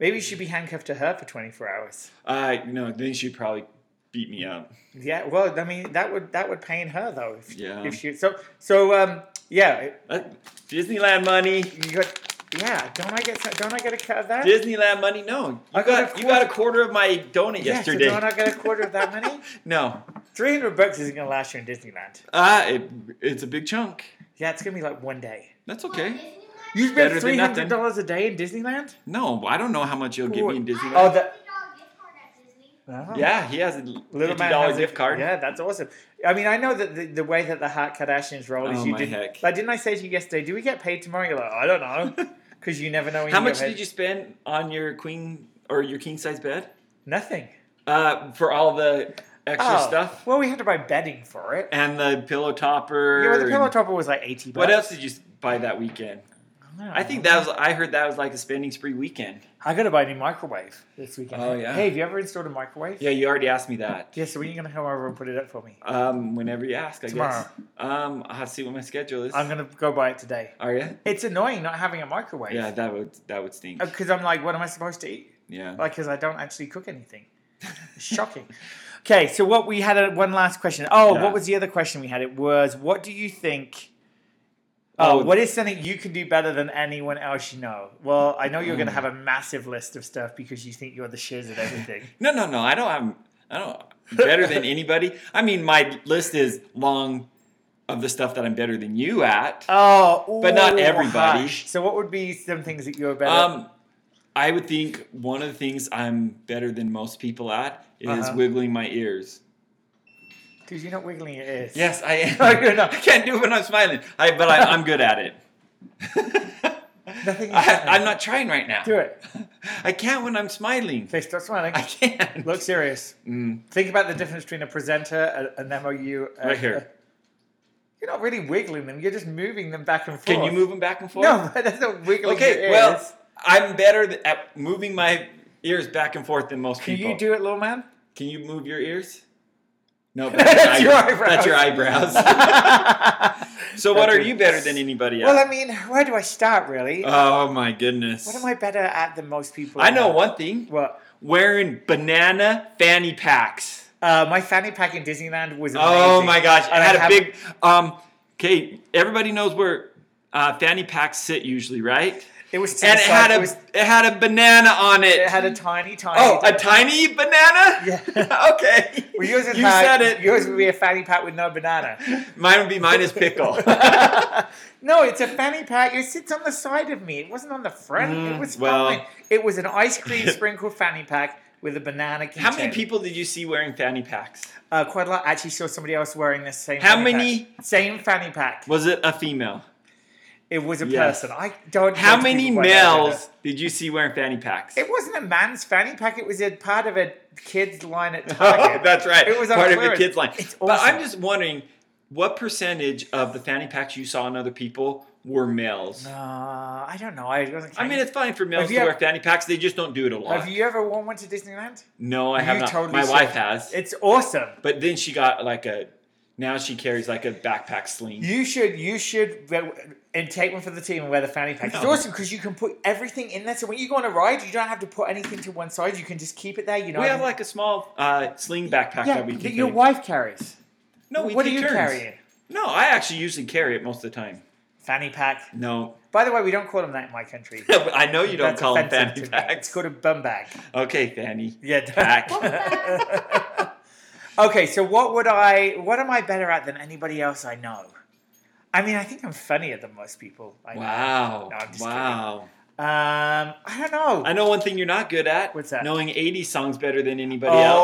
Speaker 1: Maybe you should be handcuffed to her for 24 hours.
Speaker 2: I no, Uh, then she'd probably beat me up.
Speaker 1: Yeah. Well, I mean, that would that would pain her though. If,
Speaker 2: Yeah.
Speaker 1: If she so so um yeah
Speaker 2: That- Uh, Disneyland money.
Speaker 1: you got yeah don't I get some- don't I get a cut of that?
Speaker 2: Disneyland money. No, you
Speaker 1: I got
Speaker 2: got,
Speaker 1: a
Speaker 2: you got a quarter of my donut
Speaker 1: Yeah, so
Speaker 2: yesterday.
Speaker 1: don't I get a quarter of that money?
Speaker 2: no,
Speaker 1: 300 bucks isn't gonna last you in Disneyland.
Speaker 2: ah, it, it's a big chunk.
Speaker 1: Yeah, it's gonna be like one day.
Speaker 2: That's okay.
Speaker 1: You spend
Speaker 2: Better than nothing.
Speaker 1: $300 a day in Disneyland?
Speaker 2: No, I don't know how much you'll give me in Disneyland.
Speaker 1: Oh, that- Oh.
Speaker 2: yeah, he has a
Speaker 1: Little
Speaker 2: fifty
Speaker 1: man
Speaker 2: dollar
Speaker 1: has a-
Speaker 2: gift card.
Speaker 1: Yeah, that's awesome. I mean, I know that the, the way that the Hat Kardashians roll is
Speaker 2: Oh,
Speaker 1: you
Speaker 2: my
Speaker 1: didn't.
Speaker 2: heck.
Speaker 1: Like, didn't I say to you yesterday? Do we get paid tomorrow? You're like, I don't know, because you never know. When
Speaker 2: How
Speaker 1: you
Speaker 2: much did you spend on your queen or your king size bed?
Speaker 1: Nothing.
Speaker 2: Uh, for all the extra
Speaker 1: Oh,
Speaker 2: stuff
Speaker 1: Well, we had to buy bedding for it.
Speaker 2: and the pillow topper.
Speaker 1: Yeah, well, the pillow
Speaker 2: and-
Speaker 1: topper was like eighty bucks.
Speaker 2: What else did you buy that weekend? I think that was. I heard that was like a spending spree weekend.
Speaker 1: I gotta buy a new microwave this weekend.
Speaker 2: Oh, yeah.
Speaker 1: Hey, have you ever installed a microwave?
Speaker 2: Yeah, you already asked me that.
Speaker 1: Yeah. So when are you gonna come over and put it up for me?
Speaker 2: Um, whenever you ask, I
Speaker 1: Tomorrow.
Speaker 2: guess. Um, I'll have to see what my schedule is.
Speaker 1: I'm gonna go buy it today.
Speaker 2: Are you?
Speaker 1: It's annoying not having a microwave.
Speaker 2: Yeah, that would that would stink.
Speaker 1: Because I'm like, what am I supposed to eat?
Speaker 2: Yeah.
Speaker 1: Like, because I don't actually cook anything. It's shocking. Okay, so what we had a, one last question. Oh,
Speaker 2: Yeah.
Speaker 1: what was the other question we had? It was, what do you think?
Speaker 2: Oh.
Speaker 1: Oh, what is something you can do better than anyone else you know? Well, I know you're
Speaker 2: Mm.
Speaker 1: going to have a massive list of stuff because you think you're the shiz at everything.
Speaker 2: No, no, no. I don't. I'm. I don't. Better than anybody. I mean, my list is long of the stuff that I'm better than you at.
Speaker 1: oh,
Speaker 2: But not
Speaker 1: ooh,
Speaker 2: everybody.
Speaker 1: hush. So, what would be some things that you're better?
Speaker 2: Um, I would think one of the things I'm better than most people at is
Speaker 1: Uh-huh.
Speaker 2: wiggling my ears.
Speaker 1: Because you're not wiggling your ears.
Speaker 2: Yes, I am.
Speaker 1: No, you're not.
Speaker 2: I can't do it when I'm smiling. I, but I, I'm good at it.
Speaker 1: Nothing is
Speaker 2: I,
Speaker 1: happening.
Speaker 2: I'm not trying right now.
Speaker 1: Do it.
Speaker 2: I can't when I'm smiling.
Speaker 1: Okay, stop smiling.
Speaker 2: I can't.
Speaker 1: Look serious.
Speaker 2: Mm,
Speaker 1: Think about the difference between a presenter, a, an MOU. A,
Speaker 2: right here.
Speaker 1: uh, You're not really wiggling them. You're just moving them back and forth.
Speaker 2: Can you move them back and forth?
Speaker 1: No, but that's not wiggling your
Speaker 2: Okay.
Speaker 1: ears.
Speaker 2: Well, I'm better th- at moving my ears back and forth than most
Speaker 1: can
Speaker 2: people.
Speaker 1: you do it, little man?
Speaker 2: Can you move your ears? No, but
Speaker 1: That's your
Speaker 2: That's your eyebrows. so, what
Speaker 1: That's
Speaker 2: are
Speaker 1: your-
Speaker 2: you better than anybody else?
Speaker 1: Well, I mean, where do I start, really?
Speaker 2: oh my goodness!
Speaker 1: what am I better at than most people?
Speaker 2: I know
Speaker 1: what.
Speaker 2: one thing:
Speaker 1: What?
Speaker 2: wearing banana fanny packs.
Speaker 1: Uh, my fanny pack in Disneyland was amazing.
Speaker 2: Oh my gosh! I
Speaker 1: And
Speaker 2: had a
Speaker 1: have-
Speaker 2: big. Um, okay, everybody knows where uh, fanny packs sit usually, right?
Speaker 1: It was to
Speaker 2: And
Speaker 1: the
Speaker 2: it had
Speaker 1: side.
Speaker 2: a
Speaker 1: was-
Speaker 2: it had a banana on it.
Speaker 1: it had a tiny, tiny.
Speaker 2: oh, a tiny banana.
Speaker 1: Yeah.
Speaker 2: okay.
Speaker 1: well, yours is
Speaker 2: you said
Speaker 1: had-
Speaker 2: it.
Speaker 1: Yours would be a fanny pack with no banana.
Speaker 2: Mine would be mine is pickle.
Speaker 1: no, it's a fanny pack. It sits on the side of me. It wasn't on the front. it
Speaker 2: Mm,
Speaker 1: was
Speaker 2: well.
Speaker 1: fine. It was an ice cream sprinkled fanny pack with a banana. Keychain.
Speaker 2: How many people did you see wearing fanny packs?
Speaker 1: Uh, quite a lot. Actually, saw somebody else wearing this same.
Speaker 2: How
Speaker 1: fanny
Speaker 2: many-
Speaker 1: Pack. Same fanny pack.
Speaker 2: Was it a female?
Speaker 1: It was a
Speaker 2: Yes.
Speaker 1: person. I don't.
Speaker 2: How
Speaker 1: judge
Speaker 2: many
Speaker 1: people by their gender.
Speaker 2: males did you see wearing fanny packs?
Speaker 1: It wasn't a man's fanny pack. It was a part of a kid's line at Target.
Speaker 2: That's right.
Speaker 1: It was on
Speaker 2: part of the
Speaker 1: clearance.
Speaker 2: kids line.
Speaker 1: It's
Speaker 2: But I'm
Speaker 1: awesome.
Speaker 2: just wondering, what percentage of the fanny packs you saw in other people were males?
Speaker 1: Uh, I don't know. I wasn't.
Speaker 2: I mean, it's fine for males
Speaker 1: Have
Speaker 2: to
Speaker 1: you
Speaker 2: wear
Speaker 1: ever-
Speaker 2: fanny packs. They just don't do it a lot.
Speaker 1: Have you ever worn one to Disneyland?
Speaker 2: no, I have
Speaker 1: you
Speaker 2: not.
Speaker 1: totally
Speaker 2: My
Speaker 1: should.
Speaker 2: wife has.
Speaker 1: It's awesome.
Speaker 2: But then she got like a. Now she carries like a backpack sling.
Speaker 1: You should, you should, wear- and take one for the team and wear the fanny pack. It's
Speaker 2: No.
Speaker 1: awesome because you can put everything in there. So when you go on a ride, you don't have to put anything to one side. You can just keep it there. You know,
Speaker 2: we have like a small uh, sling backpack
Speaker 1: yeah,
Speaker 2: that we
Speaker 1: that
Speaker 2: can.
Speaker 1: your
Speaker 2: carry.
Speaker 1: wife carries.
Speaker 2: no, we
Speaker 1: what are
Speaker 2: take
Speaker 1: you
Speaker 2: turns.
Speaker 1: carrying?
Speaker 2: No, I actually usually carry it most of the time.
Speaker 1: Fanny pack.
Speaker 2: No,
Speaker 1: By the way, we don't call them that in my country.
Speaker 2: I know you don't
Speaker 1: That's
Speaker 2: call them fanny
Speaker 1: offensive to me. It's
Speaker 2: packs.
Speaker 1: called a bum bag.
Speaker 2: Okay, fanny.
Speaker 1: Yeah,
Speaker 2: Pack.
Speaker 1: okay, so what would I? What am I better at than anybody else I know? I mean, I think I'm funnier than most people. I know.
Speaker 2: Wow.
Speaker 1: No, I'm just
Speaker 2: wow.
Speaker 1: Um, I don't know.
Speaker 2: I know one thing you're not good at.
Speaker 1: What's that?
Speaker 2: Knowing 80 songs better than anybody else.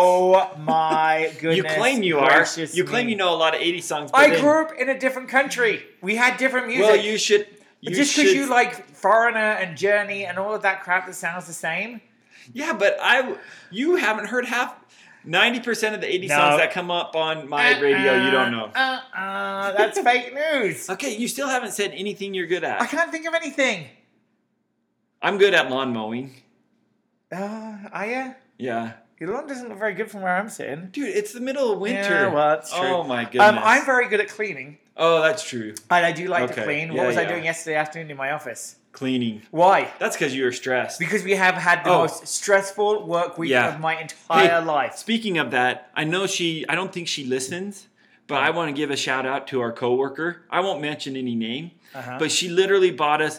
Speaker 1: oh my goodness!
Speaker 2: You claim you are.
Speaker 1: gracious
Speaker 2: You claim
Speaker 1: me.
Speaker 2: you know a lot of 80 songs. But
Speaker 1: I
Speaker 2: then-
Speaker 1: grew up in a different country. We had different music.
Speaker 2: Well, you should. You
Speaker 1: just
Speaker 2: should,
Speaker 1: because you like Foreigner and Journey and all of that crap that sounds the same.
Speaker 2: Yeah, but I. You haven't heard half. Ninety percent of the eighty
Speaker 1: No.
Speaker 2: songs that come up on my radio, you don't know.
Speaker 1: Uh, uh, that's fake news.
Speaker 2: Okay, you still haven't said anything you're good
Speaker 1: I
Speaker 2: at.
Speaker 1: can't think of anything.
Speaker 2: I'm good at lawn mowing.
Speaker 1: Uh, are you?
Speaker 2: Yeah,
Speaker 1: Your lawn doesn't look very good from where I'm sitting.
Speaker 2: dude, it's the middle of winter.
Speaker 1: Yeah, well, that's true.
Speaker 2: Oh my goodness.
Speaker 1: Um, I'm very good at cleaning,
Speaker 2: oh, that's true.
Speaker 1: and I do like to
Speaker 2: Okay,
Speaker 1: clean.
Speaker 2: yeah,
Speaker 1: what was I
Speaker 2: yeah.
Speaker 1: doing yesterday afternoon in my office?
Speaker 2: Cleaning.
Speaker 1: Why?
Speaker 2: That's because you were stressed.
Speaker 1: Because we have had the
Speaker 2: Oh.
Speaker 1: most stressful work week
Speaker 2: Yeah.
Speaker 1: of my entire
Speaker 2: Hey,
Speaker 1: life.
Speaker 2: Speaking of that, I know she. I don't think she listens, but I want to give a shout out to our coworker. I won't mention any name,
Speaker 1: Uh-huh.
Speaker 2: but she literally bought us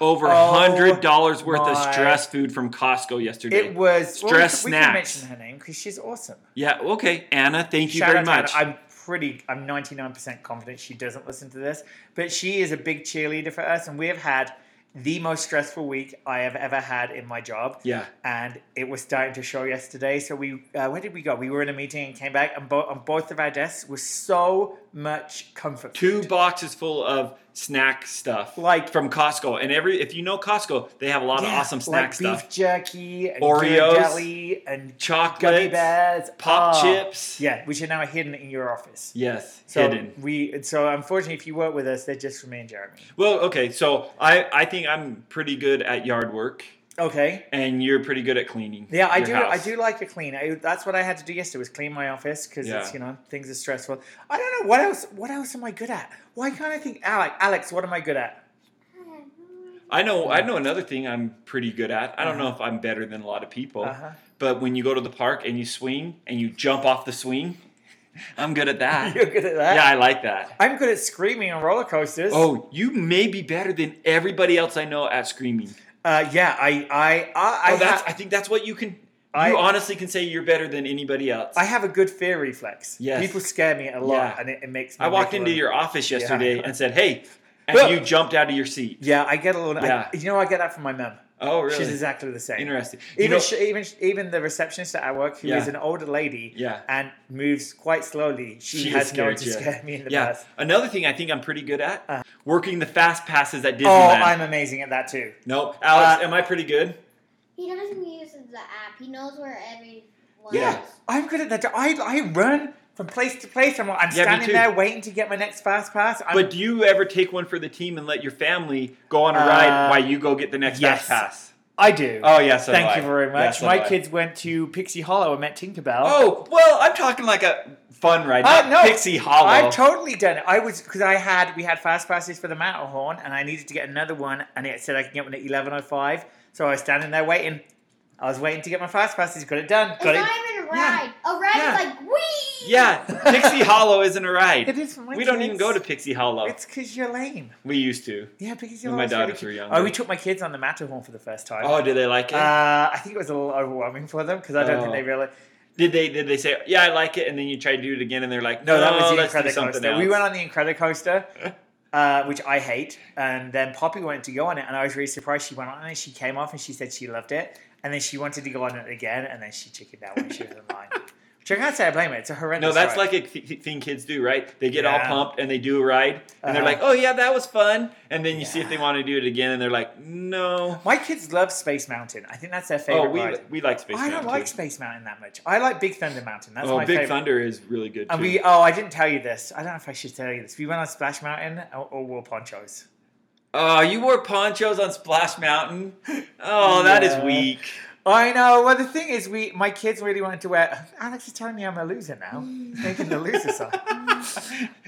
Speaker 2: over
Speaker 1: Oh,
Speaker 2: hundred dollars worth of
Speaker 1: my-
Speaker 2: stress food from Costco yesterday.
Speaker 1: It was well, we
Speaker 2: Stress
Speaker 1: can- we can
Speaker 2: snacks.
Speaker 1: mention her name because she's awesome.
Speaker 2: yeah. Okay, Anna. Thank you
Speaker 1: Shout
Speaker 2: very
Speaker 1: out to Hannah.
Speaker 2: much.
Speaker 1: I'm pretty. I'm 99% confident she doesn't listen to this, but she is a big cheerleader for us, and we have had the most stressful week I have ever had in my job.
Speaker 2: yeah.
Speaker 1: And it was starting to show yesterday. So we, uh, where did we go? We were in a meeting and came back, and bo- on both of our desks was so much comfort.
Speaker 2: Two
Speaker 1: food.
Speaker 2: boxes full of snack stuff,
Speaker 1: Like-
Speaker 2: from Costco. And every if you know Costco, they have a lot of
Speaker 1: Yeah,
Speaker 2: awesome snack
Speaker 1: like
Speaker 2: stuff.
Speaker 1: beef jerky, and
Speaker 2: Oreos,
Speaker 1: jelly, and gummy
Speaker 2: Chocolate,
Speaker 1: bears,
Speaker 2: pop
Speaker 1: Ah.
Speaker 2: chips.
Speaker 1: Yeah, which are now hidden in your office.
Speaker 2: Yes,
Speaker 1: So
Speaker 2: hidden.
Speaker 1: we and so unfortunately, if you work with us, they're just for me and Jeremy.
Speaker 2: Well, okay, so I I think I'm pretty good at yard work,
Speaker 1: Okay.
Speaker 2: and you're pretty good at cleaning.
Speaker 1: Yeah, I
Speaker 2: your
Speaker 1: do. I
Speaker 2: house.
Speaker 1: do like a clean. I, that's what I had to do yesterday was clean my office because it's
Speaker 2: Yeah.
Speaker 1: you know things are stressful. I don't know what else. What else am I good at? Why can't I think, Alex? Alex, what am I good at?
Speaker 2: I know. I know another thing I'm pretty good at. I don't know if I'm better than a lot of people,
Speaker 1: Uh-huh.
Speaker 2: but when you go to the park and you swing and you jump off the swing, I'm good at that.
Speaker 1: You're good at that.
Speaker 2: yeah, I like that.
Speaker 1: I'm good at screaming on roller coasters.
Speaker 2: Oh, you may be better than everybody else I know at screaming.
Speaker 1: uh, yeah. I I I, I,
Speaker 2: oh, that's.
Speaker 1: ha-
Speaker 2: I think that's what you can.
Speaker 1: I-
Speaker 2: you honestly can say you're better than anybody else.
Speaker 1: I have a good fear reflex.
Speaker 2: Yes.
Speaker 1: People scare me a lot,
Speaker 2: Yeah.
Speaker 1: and it, it makes. Me
Speaker 2: I walked
Speaker 1: make a
Speaker 2: into
Speaker 1: little-
Speaker 2: your office yesterday and said, "Hey," and
Speaker 1: Look.
Speaker 2: you jumped out of your seat.
Speaker 1: Yeah, I get a little. I-
Speaker 2: Yeah.
Speaker 1: you know, I get that from my mum.
Speaker 2: Oh, really?
Speaker 1: She's exactly the same.
Speaker 2: Interesting. You
Speaker 1: Even
Speaker 2: know-
Speaker 1: sh even sh- even the receptionist at our work, who is
Speaker 2: Yeah.
Speaker 1: an older lady,
Speaker 2: Yeah.
Speaker 1: and moves quite slowly, she,
Speaker 2: She
Speaker 1: has
Speaker 2: is scared,
Speaker 1: known to
Speaker 2: yeah.
Speaker 1: scare me in the
Speaker 2: yeah.
Speaker 1: past.
Speaker 2: Another thing I think I'm pretty good at
Speaker 1: Uh.
Speaker 2: working the fast passes at Disneyland.
Speaker 1: Oh, I'm amazing at that too.
Speaker 2: no, Alex,
Speaker 1: Uh,
Speaker 2: am I pretty good?
Speaker 3: He doesn't use the app. He knows where everyone
Speaker 2: Yeah.
Speaker 3: is.
Speaker 1: I'm good at that. I I run from place to place. I'm, like- I'm
Speaker 2: Yeah, me
Speaker 1: standing
Speaker 2: too.
Speaker 1: there waiting to get my next fast pass. I'm,
Speaker 2: But do you ever take one for the team and let your family go on a
Speaker 1: Uh,
Speaker 2: ride while you go get the next
Speaker 1: yes.
Speaker 2: fast pass?
Speaker 1: I do.
Speaker 2: Oh yeah, so do
Speaker 1: Thank
Speaker 2: I.
Speaker 1: you very
Speaker 2: Yeah,
Speaker 1: much.
Speaker 2: so
Speaker 1: my
Speaker 2: do I.
Speaker 1: kids went to Pixie Hollow and met Tinkerbell.
Speaker 2: Oh well, I'm talking like a fun ride,
Speaker 1: Uh,
Speaker 2: not
Speaker 1: no,
Speaker 2: Pixie Hollow.
Speaker 1: I've totally done it. I was because I had we had fast passes for the Matterhorn, and I needed to get another one, and it said I could get one at eleven oh five. So I was standing there waiting. I was waiting to get my fast passes. Got it done.
Speaker 3: It's
Speaker 1: Got it.
Speaker 3: not even a ride. A ride
Speaker 2: Yeah.
Speaker 3: is like wee.
Speaker 2: yeah, Pixie Hollow isn't a ride.
Speaker 1: It is for my
Speaker 2: we don't even go
Speaker 1: kids.
Speaker 2: to Pixie Hollow.
Speaker 1: It's because you're lame.
Speaker 2: we used to.
Speaker 1: Yeah, because you're
Speaker 2: When my
Speaker 1: lame.
Speaker 2: daughters were younger.
Speaker 1: Oh, we took my kids on the Matterhorn for the first time.
Speaker 2: Oh, did they like it?
Speaker 1: Uh, I think it was a little overwhelming for them because I don't think
Speaker 2: Oh.
Speaker 1: they realized.
Speaker 2: did they did they say, "Yeah, I like it," and then you try to do it again, and they're like,
Speaker 1: No, that was the
Speaker 2: Oh, let's do something
Speaker 1: Incredicoaster.
Speaker 2: else."
Speaker 1: We went on the Incredicoaster, uh, which I hate. And then Poppy wanted to go on it, and I was really surprised she went on it. She came off and she said she loved it, and then she wanted to go on it again, and then she chickened out when she was in line. Which I can't say I blame her. It's a
Speaker 2: No,
Speaker 1: horrendous.
Speaker 2: that's
Speaker 1: ride.
Speaker 2: like a th- th- thing kids do, right? They get all
Speaker 1: Yeah.
Speaker 2: pumped and they do a ride, and they're
Speaker 1: Uh-huh.
Speaker 2: like, "Oh yeah, that was fun," and then you see if they
Speaker 1: Yeah.
Speaker 2: want to do it again, and they're like, "No."
Speaker 1: my kids love Space Mountain. I think that's their favorite
Speaker 2: Oh, we
Speaker 1: ride.
Speaker 2: we like Space
Speaker 1: I don't
Speaker 2: Mountain.
Speaker 1: like
Speaker 2: too.
Speaker 1: Space Mountain that much. I like Big Thunder Mountain. That's
Speaker 2: oh,
Speaker 1: my
Speaker 2: Big
Speaker 1: favorite.
Speaker 2: Thunder is really good.
Speaker 1: And
Speaker 2: too.
Speaker 1: we oh I didn't tell you this. I don't know if I should tell you this. We went on Splash Mountain or, or wore ponchos.
Speaker 2: oh, you wore ponchos on Splash Mountain. Oh, that is
Speaker 1: Yeah.
Speaker 2: weak.
Speaker 1: I know. Well, the thing is, we my kids really wanted to wear. Alex is telling me I'm a loser now. He's making the loser sign.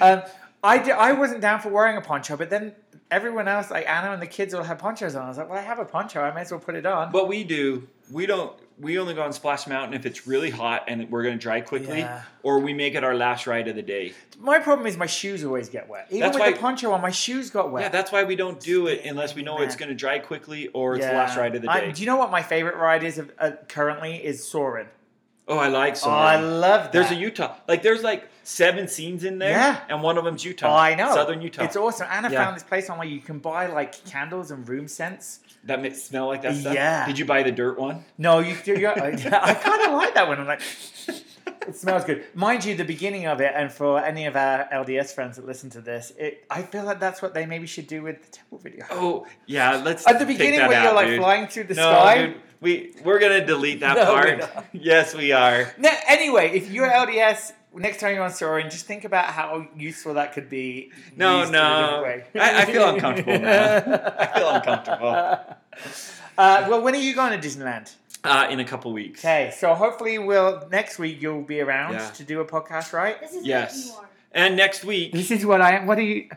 Speaker 1: Um, I di- I wasn't down for wearing a poncho, but then everyone else, like Anna and the kids, all had ponchos on. I was like, well, I have a poncho. I may as well put it on.
Speaker 2: What we do, we don't. We only go on Splash Mountain if it's really hot and we're going to dry quickly,
Speaker 1: Yeah.
Speaker 2: or we make it our last ride of the day.
Speaker 1: my problem is my shoes always get wet. Even
Speaker 2: That's
Speaker 1: with
Speaker 2: why-
Speaker 1: the poncho on, my shoes got wet.
Speaker 2: Yeah, that's why we don't do it unless we know
Speaker 1: Man.
Speaker 2: it's going to dry quickly or it's the
Speaker 1: Yeah.
Speaker 2: last ride of the
Speaker 1: I-
Speaker 2: day.
Speaker 1: do you know what my favorite ride is of, uh, currently is Soarin'.
Speaker 2: oh, I like
Speaker 1: Oh,
Speaker 2: so.
Speaker 1: I love that.
Speaker 2: There's a Utah. Like there's like seven scenes in there,
Speaker 1: Yeah.
Speaker 2: and one of them's Utah.
Speaker 1: Oh, I know.
Speaker 2: Southern Utah.
Speaker 1: It's awesome. Anna
Speaker 2: Yeah.
Speaker 1: found this place online. You can buy like candles and room scents.
Speaker 2: that makes smell like that stuff.
Speaker 1: Yeah.
Speaker 2: Did you buy the dirt one?
Speaker 1: No, you. You're, I kind of like that one. I'm like, It smells good. Mind you, the beginning of it, and for any of our LDS friends that listen to this, it, I feel like that's what they maybe should do with the temple video.
Speaker 2: Oh yeah, let's
Speaker 1: At the
Speaker 2: take
Speaker 1: beginning,
Speaker 2: that
Speaker 1: when you're
Speaker 2: out,
Speaker 1: like
Speaker 2: dude.
Speaker 1: flying through the
Speaker 2: no,
Speaker 1: sky.
Speaker 2: dude, we we're gonna delete that
Speaker 1: No, we're
Speaker 2: part.
Speaker 1: not.
Speaker 2: yes, we are.
Speaker 1: No, anyway, if you're LDS, next time you're on Soren, just think about how useful that could be.
Speaker 2: No,
Speaker 1: used in a
Speaker 2: no.
Speaker 1: different way.
Speaker 2: I- I feel uncomfortable now. I feel uncomfortable.
Speaker 1: Uh, well, when are you going to Disneyland?
Speaker 2: Uh, in a couple weeks.
Speaker 1: Okay, so hopefully we'll next week you'll be around
Speaker 2: Yeah.
Speaker 1: to do a podcast, right?
Speaker 3: This is
Speaker 2: Yes.
Speaker 3: making more.
Speaker 2: And next week.
Speaker 1: This is what I am. What are you?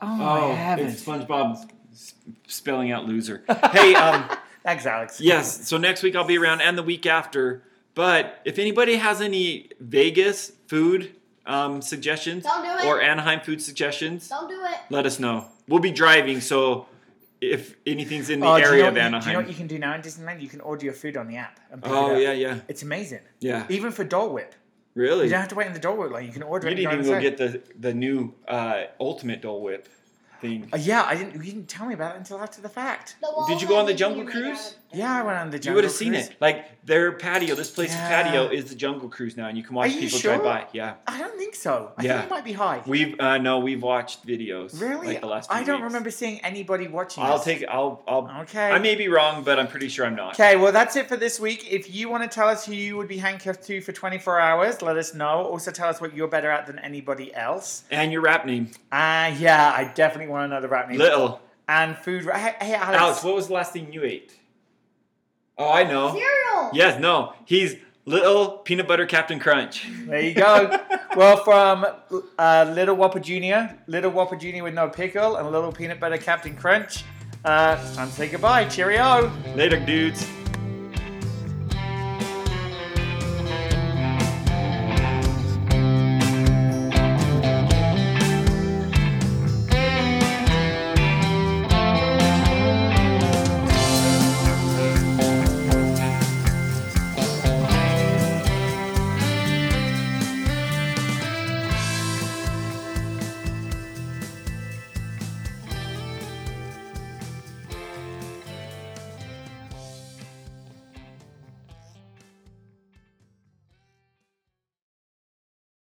Speaker 1: Oh,
Speaker 2: Oh,
Speaker 1: my
Speaker 2: it's
Speaker 1: heavens!
Speaker 2: SpongeBob s- spelling out loser. Hey, um,
Speaker 1: Thanks, Alex.
Speaker 2: yes. So next week I'll be around, and the week after. But if anybody has any Vegas food um, suggestions
Speaker 3: Don't do it.
Speaker 2: or Anaheim food suggestions,
Speaker 3: Don't do it.
Speaker 2: let us know. We'll be driving, so if anything's in the
Speaker 1: Oh, do you
Speaker 2: area
Speaker 1: know
Speaker 2: of
Speaker 1: what you- Do you know
Speaker 2: Anaheim.
Speaker 1: what you can do now in Disneyland? You can order your food on the app. And pick
Speaker 2: oh
Speaker 1: it up.
Speaker 2: yeah, yeah,
Speaker 1: It's amazing.
Speaker 2: yeah.
Speaker 1: Even for Dole Whip,
Speaker 2: Really?
Speaker 1: you don't
Speaker 2: You
Speaker 1: have to wait in the Dole Whip line. You can order
Speaker 2: didn't
Speaker 1: it. and
Speaker 2: even
Speaker 1: go
Speaker 2: go
Speaker 1: inside.
Speaker 2: get the the new uh, Ultimate Dole Whip thing.
Speaker 1: Uh, yeah, I didn't. You didn't tell me about it until after the fact.
Speaker 3: The wall
Speaker 2: Did you go on the
Speaker 3: might be
Speaker 2: Jungle
Speaker 3: made
Speaker 2: Cruise?
Speaker 3: out of-
Speaker 1: Yeah, I went on the.
Speaker 2: You
Speaker 1: Jungle
Speaker 2: would have seen
Speaker 1: Cruise.
Speaker 2: it. Like their patio, this place's
Speaker 1: Yeah.
Speaker 2: patio is the Jungle Cruise now, and you can watch
Speaker 1: Are you
Speaker 2: people
Speaker 1: sure?
Speaker 2: drive by. Yeah.
Speaker 1: I don't think so. I
Speaker 2: Yeah.
Speaker 1: think it might be high.
Speaker 2: We've uh, no, we've watched videos.
Speaker 1: really?
Speaker 2: Like the last. Few
Speaker 1: I don't
Speaker 2: weeks.
Speaker 1: remember seeing anybody watching.
Speaker 2: I'll
Speaker 1: us.
Speaker 2: take. I'll. I'll.
Speaker 1: Okay.
Speaker 2: I may be wrong, but I'm pretty sure I'm not.
Speaker 1: Okay, well, that's it for this week. If you want to tell us who you would be handcuffed to for 24 hours, let us know. Also, tell us what you're better at than anybody else.
Speaker 2: And your rap name,
Speaker 1: Ah, yeah, I definitely want another rap name.
Speaker 2: Little
Speaker 1: and food. Ra- hey, hey, Alex.
Speaker 2: Alex. What was the last thing you ate? Oh, I know.
Speaker 3: Cereal.
Speaker 2: Yes. No. He's Little Peanut Butter Captain Crunch.
Speaker 1: There you go. well, from uh, Little Whopper Jr., Little Whopper Jr. with no pickle, and Little Peanut Butter Captain Crunch, uh, it's time to say goodbye. Cheerio.
Speaker 2: Later, dudes.